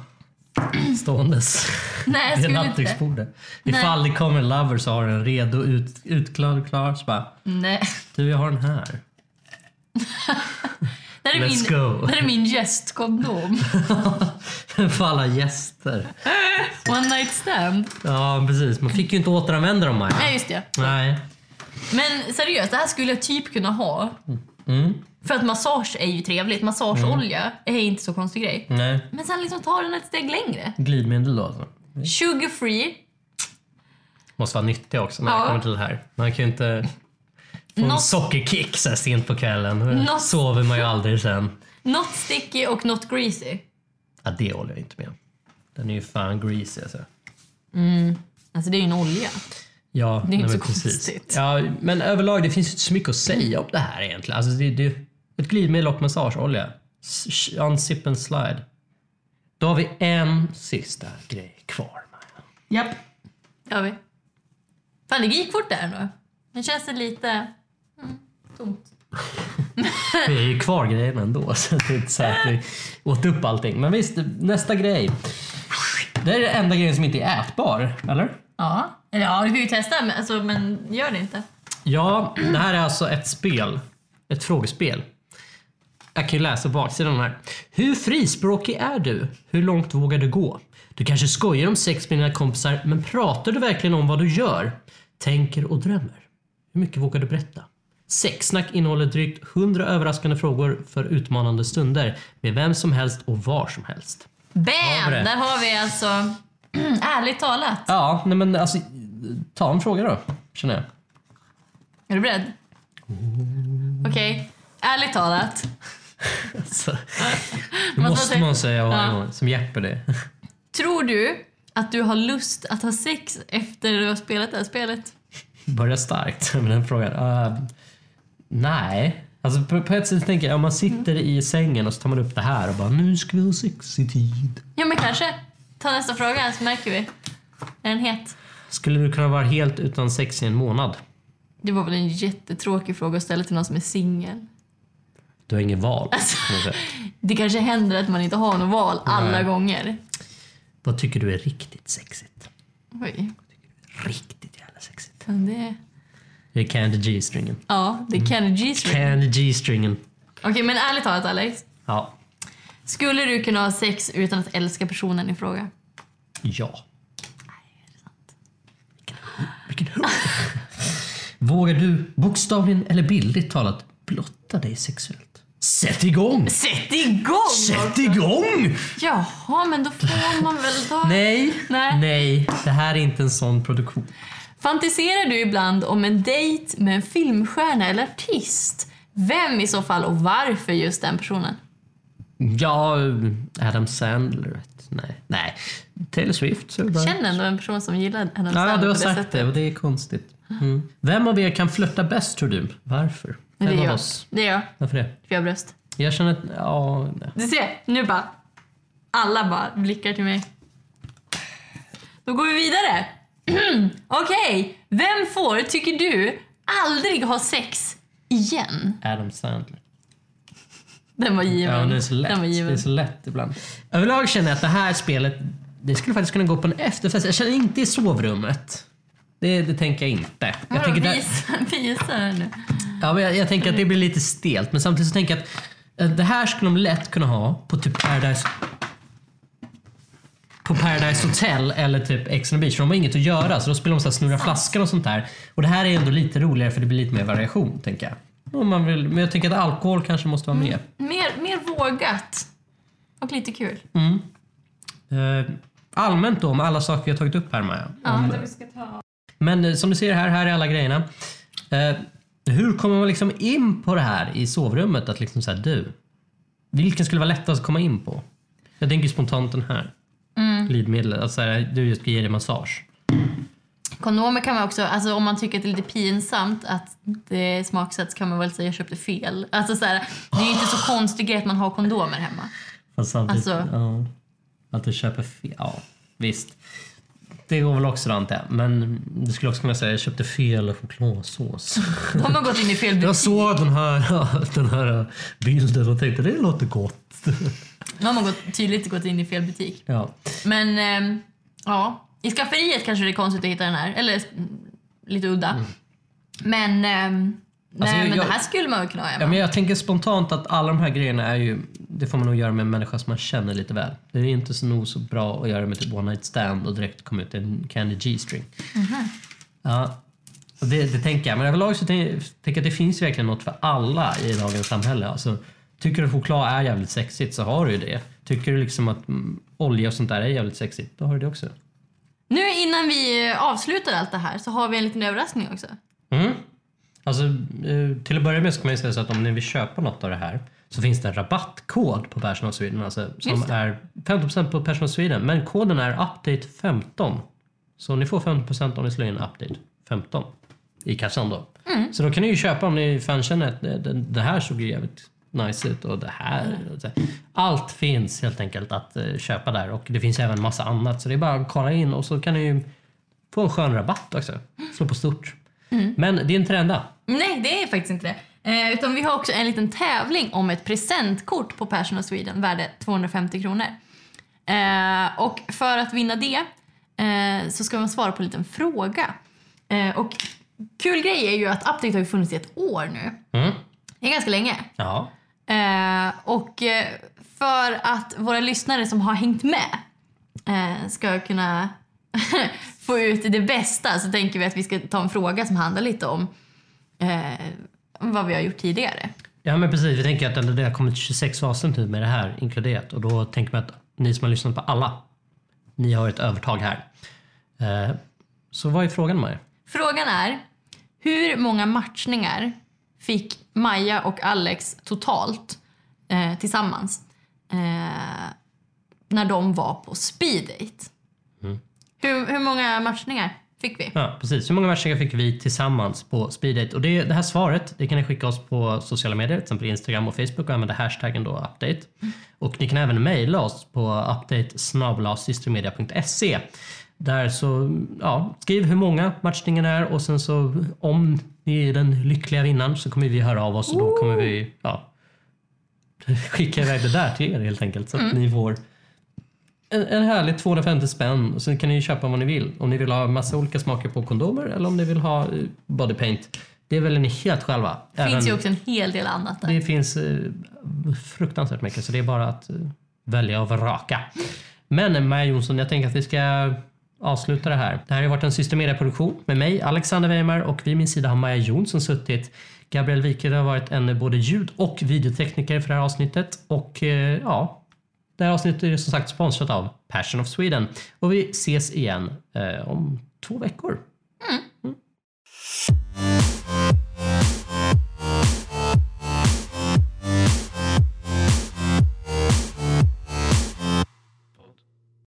[SPEAKER 3] ståendes
[SPEAKER 1] Nej, jag
[SPEAKER 3] *laughs* vid
[SPEAKER 1] skulle inte.
[SPEAKER 3] nattduksbordet.
[SPEAKER 1] Nej.
[SPEAKER 3] Ifall det kommer en lover så har du den redo, ut, utklar, klar. Så bara,
[SPEAKER 1] Nej.
[SPEAKER 3] du jag har den här. *laughs*
[SPEAKER 1] Det här är
[SPEAKER 3] Let's
[SPEAKER 1] min,
[SPEAKER 3] go.
[SPEAKER 1] det här är min gästkondom.
[SPEAKER 3] För alla gäster.
[SPEAKER 1] One night stand.
[SPEAKER 3] Ja precis, man fick ju inte återanvända dem Maja.
[SPEAKER 1] Nej, just det.
[SPEAKER 3] Nej.
[SPEAKER 1] Men seriöst, det här skulle jag typ kunna ha.
[SPEAKER 3] Mm.
[SPEAKER 1] För att massage är ju trevligt. Massageolja är inte så konstig grej.
[SPEAKER 3] Nej.
[SPEAKER 1] Men sen liksom ta den ett steg längre.
[SPEAKER 3] Glidmedel då alltså.
[SPEAKER 1] Sugar free.
[SPEAKER 3] Måste vara nyttig också när
[SPEAKER 1] Ja.
[SPEAKER 3] det kommer till det här. Man kan ju inte få en
[SPEAKER 1] Något-
[SPEAKER 3] sockerkick så här sent på kvällen.
[SPEAKER 1] Något-
[SPEAKER 3] Sover man ju aldrig sen.
[SPEAKER 1] Not sticky och not greasy.
[SPEAKER 3] Ja, det håller jag inte med om. Den är ju fan greasy alltså.
[SPEAKER 1] Alltså det är ju en olja.
[SPEAKER 3] Ja,
[SPEAKER 1] är inte
[SPEAKER 3] nej,
[SPEAKER 1] så
[SPEAKER 3] men
[SPEAKER 1] konstigt.
[SPEAKER 3] Ja, men överlag, det finns ju inte så mycket att säga om det här egentligen. Alltså, det, det, ett glidmedel och massageolja. S- sh- Unzip and slide. Då har vi en sista grej kvar.
[SPEAKER 1] *laughs*
[SPEAKER 3] Maja.
[SPEAKER 1] Japp. Det har vi. Fan, det gick fort där ändå. Nu känns det lite... Mm, tomt.
[SPEAKER 3] Vi är ju kvar grejerna ändå, *laughs* så det är inte så att vi åt upp allting. Men visst, nästa grej. Det är den enda grejen som inte är ätbar, eller?
[SPEAKER 1] Ja. Eller ja, du kan ju testa men, alltså, men gör det inte.
[SPEAKER 3] Ja, det här är alltså ett spel. Ett frågespel. Jag kan ju läsa baksidan här. Hur frispråkig är du? Hur långt vågar du gå? Du kanske skojar om sex med dina kompisar, men pratar du verkligen om vad du gör? Tänker och drömmer? Hur mycket vågar du berätta? Sexsnack innehåller drygt 100 överraskande frågor för utmanande stunder med vem som helst och var som helst.
[SPEAKER 1] Bam!
[SPEAKER 3] det.
[SPEAKER 1] Där har vi alltså... *clears throat* ärligt talat.
[SPEAKER 3] Ja, nej men alltså, ta en fråga då, känner jag.
[SPEAKER 1] Är du beredd? Okej. Ärligt talat.
[SPEAKER 3] Alltså, *laughs* det
[SPEAKER 1] Man
[SPEAKER 3] måste
[SPEAKER 1] tar-
[SPEAKER 3] man säga
[SPEAKER 1] Ja.
[SPEAKER 3] varje gång, som Jeopardy.
[SPEAKER 1] Tror du att du har lust att ha sex efter du har spelat det här spelet?
[SPEAKER 3] börja starkt *laughs* med den frågan. Eh, nej. Alltså på, på ett sätt tänker jag, om man sitter i sängen och så tar man upp det här och bara nu ska vi ha sex i tid.
[SPEAKER 1] Ja, men kanske. Ta nästa fråga så märker vi. Är den het?
[SPEAKER 3] Skulle du kunna vara helt utan sex i en månad?
[SPEAKER 1] Det var väl en jättetråkig fråga att ställa till någon som är singel.
[SPEAKER 3] Du har inget val. på något sätt.
[SPEAKER 1] Det kanske händer att man inte har något val alla
[SPEAKER 3] Nej.
[SPEAKER 1] gånger.
[SPEAKER 3] Vad tycker du är riktigt sexigt?
[SPEAKER 1] Oj.
[SPEAKER 3] Riktigt jävla sexigt.
[SPEAKER 1] fan, Det...
[SPEAKER 3] Det är Candy G-stringen.
[SPEAKER 1] Ja, det
[SPEAKER 3] Mm.
[SPEAKER 1] är Kenny G's ring.
[SPEAKER 3] Candy G-stringen.
[SPEAKER 1] Okej, men ärligt talat Alex.
[SPEAKER 3] Ja.
[SPEAKER 1] Skulle du kunna ha sex utan att älska personen i fråga?
[SPEAKER 3] Ja. Vilken hugg! Vågar du bokstavligen eller bildligt talat blotta dig sexuellt? Sätt igång!
[SPEAKER 1] Sätt igång!
[SPEAKER 3] Sätt igång!
[SPEAKER 1] Jaha, men då får man väl ta...
[SPEAKER 3] Nej,
[SPEAKER 1] Nej.
[SPEAKER 3] nej, det här är inte en sån produktion.
[SPEAKER 1] Fantiserar du ibland om en dejt med en filmstjärna eller artist? Vem i så fall och varför just den personen?
[SPEAKER 3] Ja, Adam Sandler. vet. Nej, nej. Taylor Swift. Så är det bara-
[SPEAKER 1] Känner ändå en person som gillar Adam Sandler
[SPEAKER 3] Ja, du har
[SPEAKER 1] på det
[SPEAKER 3] sagt
[SPEAKER 1] sättet.
[SPEAKER 3] det och det är konstigt. Mm. Vem av er kan flirta bäst tror du? Varför?
[SPEAKER 1] Men
[SPEAKER 3] Vem
[SPEAKER 1] det.
[SPEAKER 3] av
[SPEAKER 1] Är jag.
[SPEAKER 3] oss?
[SPEAKER 1] Det är jag,
[SPEAKER 3] Varför det?
[SPEAKER 1] för jag har bröst.
[SPEAKER 3] Jag känner att, ja, nej.
[SPEAKER 1] Du ser, nu bara... Alla bara blickar till mig. Då går vi vidare. *clears throat* Okej, vem får, tycker du, aldrig ha sex igen?
[SPEAKER 3] Adam Sandler.
[SPEAKER 1] Den var given.
[SPEAKER 3] Ja, men det är så lätt.
[SPEAKER 1] Den var
[SPEAKER 3] Det
[SPEAKER 1] given.
[SPEAKER 3] är så lätt ibland. Överlag känner jag att det här spelet, det skulle faktiskt kunna gå på en efterfest. Jag känner inte i sovrummet. Det, det tänker jag inte. Jag
[SPEAKER 1] Vadå,
[SPEAKER 3] tänker, där,
[SPEAKER 1] visa, *laughs* visa den nu.
[SPEAKER 3] ja, men jag, jag tänker att det blir lite stelt, men samtidigt så tänker jag att eh, det här skulle de lätt kunna ha på typ Paradise på Paradise Hotel eller typ Ex on the beach, för de har inget att göra så då spelar de så här snurra flaskan och sånt där. Och det här är ändå lite roligare för det blir lite mer variation tänker jag. Om man vill, men jag tänker att alkohol kanske måste vara med.
[SPEAKER 1] Mer, mer vågat. Och lite kul.
[SPEAKER 3] Eh, allmänt då om alla saker vi har tagit upp här Maja. Om- Men eh, som du ser här, här är alla grejerna. Eh, hur kommer man liksom in på det här i sovrummet? Att liksom så här, du, vilken skulle vara lättast att komma in på?
[SPEAKER 2] Jag tänker spontant den här. Glidmedel, alltså så här, du ska ge dig massage.
[SPEAKER 1] Kondomer kan man också, alltså om man tycker att det är lite pinsamt att det smaksätts kan man väl säga jag köpte fel. Alltså så här, det är ju inte så konstig grej att man har kondomer hemma.
[SPEAKER 3] Fast samtidigt,
[SPEAKER 1] Alltså-
[SPEAKER 3] ja, att du köper fel. Ja, visst. Det går väl också att antar jag. Men du skulle också kunna säga jag köpte fel chokladsås.
[SPEAKER 1] Då har man gått in i fel
[SPEAKER 3] Jag
[SPEAKER 1] butik.
[SPEAKER 3] såg den här, *laughs* den här bilden och tänkte det låter gott.
[SPEAKER 1] Då har man gått, tydligt gått in i fel butik.
[SPEAKER 3] Ja.
[SPEAKER 1] Men ehm, ja, i skafferiet kanske det är konstigt att hitta den här. Eller mm, lite udda. Men, ehm, nej,
[SPEAKER 3] Alltså, jag-
[SPEAKER 1] men
[SPEAKER 3] jag-
[SPEAKER 1] det här skulle man väl kunna ha hemma.
[SPEAKER 3] Ja, men jag tänker spontant att alla de här grejerna är ju, det får man nog göra med en människa som man känner lite väl. Det är inte så nog så bra att göra med typ one night stand och direkt komma ut i en candy G-string. Ja, och det, det tänker jag. Men överlag så tänker jag tänker att det finns ju verkligen något för alla i dagens samhälle. Alltså, tycker du choklad är jävligt sexigt så har du ju det. Tycker du liksom att mm, olja och sånt där är jävligt sexigt, då har du det också.
[SPEAKER 1] Nu innan vi eh, avslutar allt det här så har vi en liten överraskning också.
[SPEAKER 3] Mm. Alltså, eh, till att börja med så kan man ju säga så att om ni vill köpa något av det här så finns det en rabattkod på Passion of Sweden alltså, som
[SPEAKER 1] Just det.
[SPEAKER 3] är 15% på Passion of Sweden. Men koden är update15. Så ni får 15% om ni slår in update15 i kassan då.
[SPEAKER 1] Mm.
[SPEAKER 3] Så då kan ni ju köpa om ni fan känner att det, det, det här såg ju jävligt nice ut och det här. och så. Allt finns helt enkelt att eh, köpa där och det finns även massa annat så det är bara att kolla in och så kan ni ju få en skön rabatt också. Slå på stort. Men det är inte det enda.
[SPEAKER 1] Nej, det är faktiskt inte det. Eh, utan vi har också en liten tävling om ett presentkort på Persson och Sweden värde 250 kronor. Eh, och för att vinna det eh, så ska man svara på en liten fråga. Eh, och kul grej är ju att Update har ju funnits i ett år nu.
[SPEAKER 3] Mm.
[SPEAKER 1] Det är ganska länge.
[SPEAKER 3] Ja.
[SPEAKER 1] Eh, och eh, för att våra lyssnare som har hängt med eh, ska kunna *laughs* få ut det bästa så tänker vi att vi ska ta en fråga som handlar lite om eh, om vad vi har gjort tidigare.
[SPEAKER 3] ja, men precis. Vi tänker att det har kommit 26 avsnitt nu med det här inkluderat och då tänker man att ni som har lyssnat på alla, ni har ett övertag här. Eh, Så vad är frågan Maja?
[SPEAKER 1] Frågan är, hur många matchningar fick Maja och Alex totalt eh, tillsammans eh, när de var på speeddate? Hur, hur många matchningar fick vi?
[SPEAKER 3] Ja, precis. Hur många matchningar fick vi tillsammans på speeddate? Och det, det här svaret det kan ni skicka oss på sociala medier, till exempel Instagram och Facebook och använda hashtaggen då update. Och ni kan även mejla oss på update.systermedia.se. Där så, ja, skriv hur många matchningen är och sen så om ni är den lyckliga vinnaren så kommer vi höra av oss och då kommer vi ja, skicka iväg det där till er helt enkelt så att
[SPEAKER 1] Mm.
[SPEAKER 3] ni får en, en härlig 250 spänn och sen kan ni ju köpa vad ni vill. Om ni vill ha massa olika smaker på kondomer eller om ni vill ha eh, body paint. Det väljer ni helt själva.
[SPEAKER 1] Det
[SPEAKER 3] Även-
[SPEAKER 1] finns ju också en hel del annat där.
[SPEAKER 3] det finns eh, fruktansvärt mycket så det är bara att eh, välja och vraka. Men eh, Maja Jonsson, jag tänker att vi ska avsluta det här. Det här har varit en systemedia-produktion med mig, Alexander Weimar och vid min sida har Maja Jonsson suttit. Gabriel Wiker har varit en eh, både ljud och videotekniker för det här avsnittet och eh, ja, det här avsnittet är som sagt sponsrat av Passion of Sweden och vi ses igen eh, om två veckor.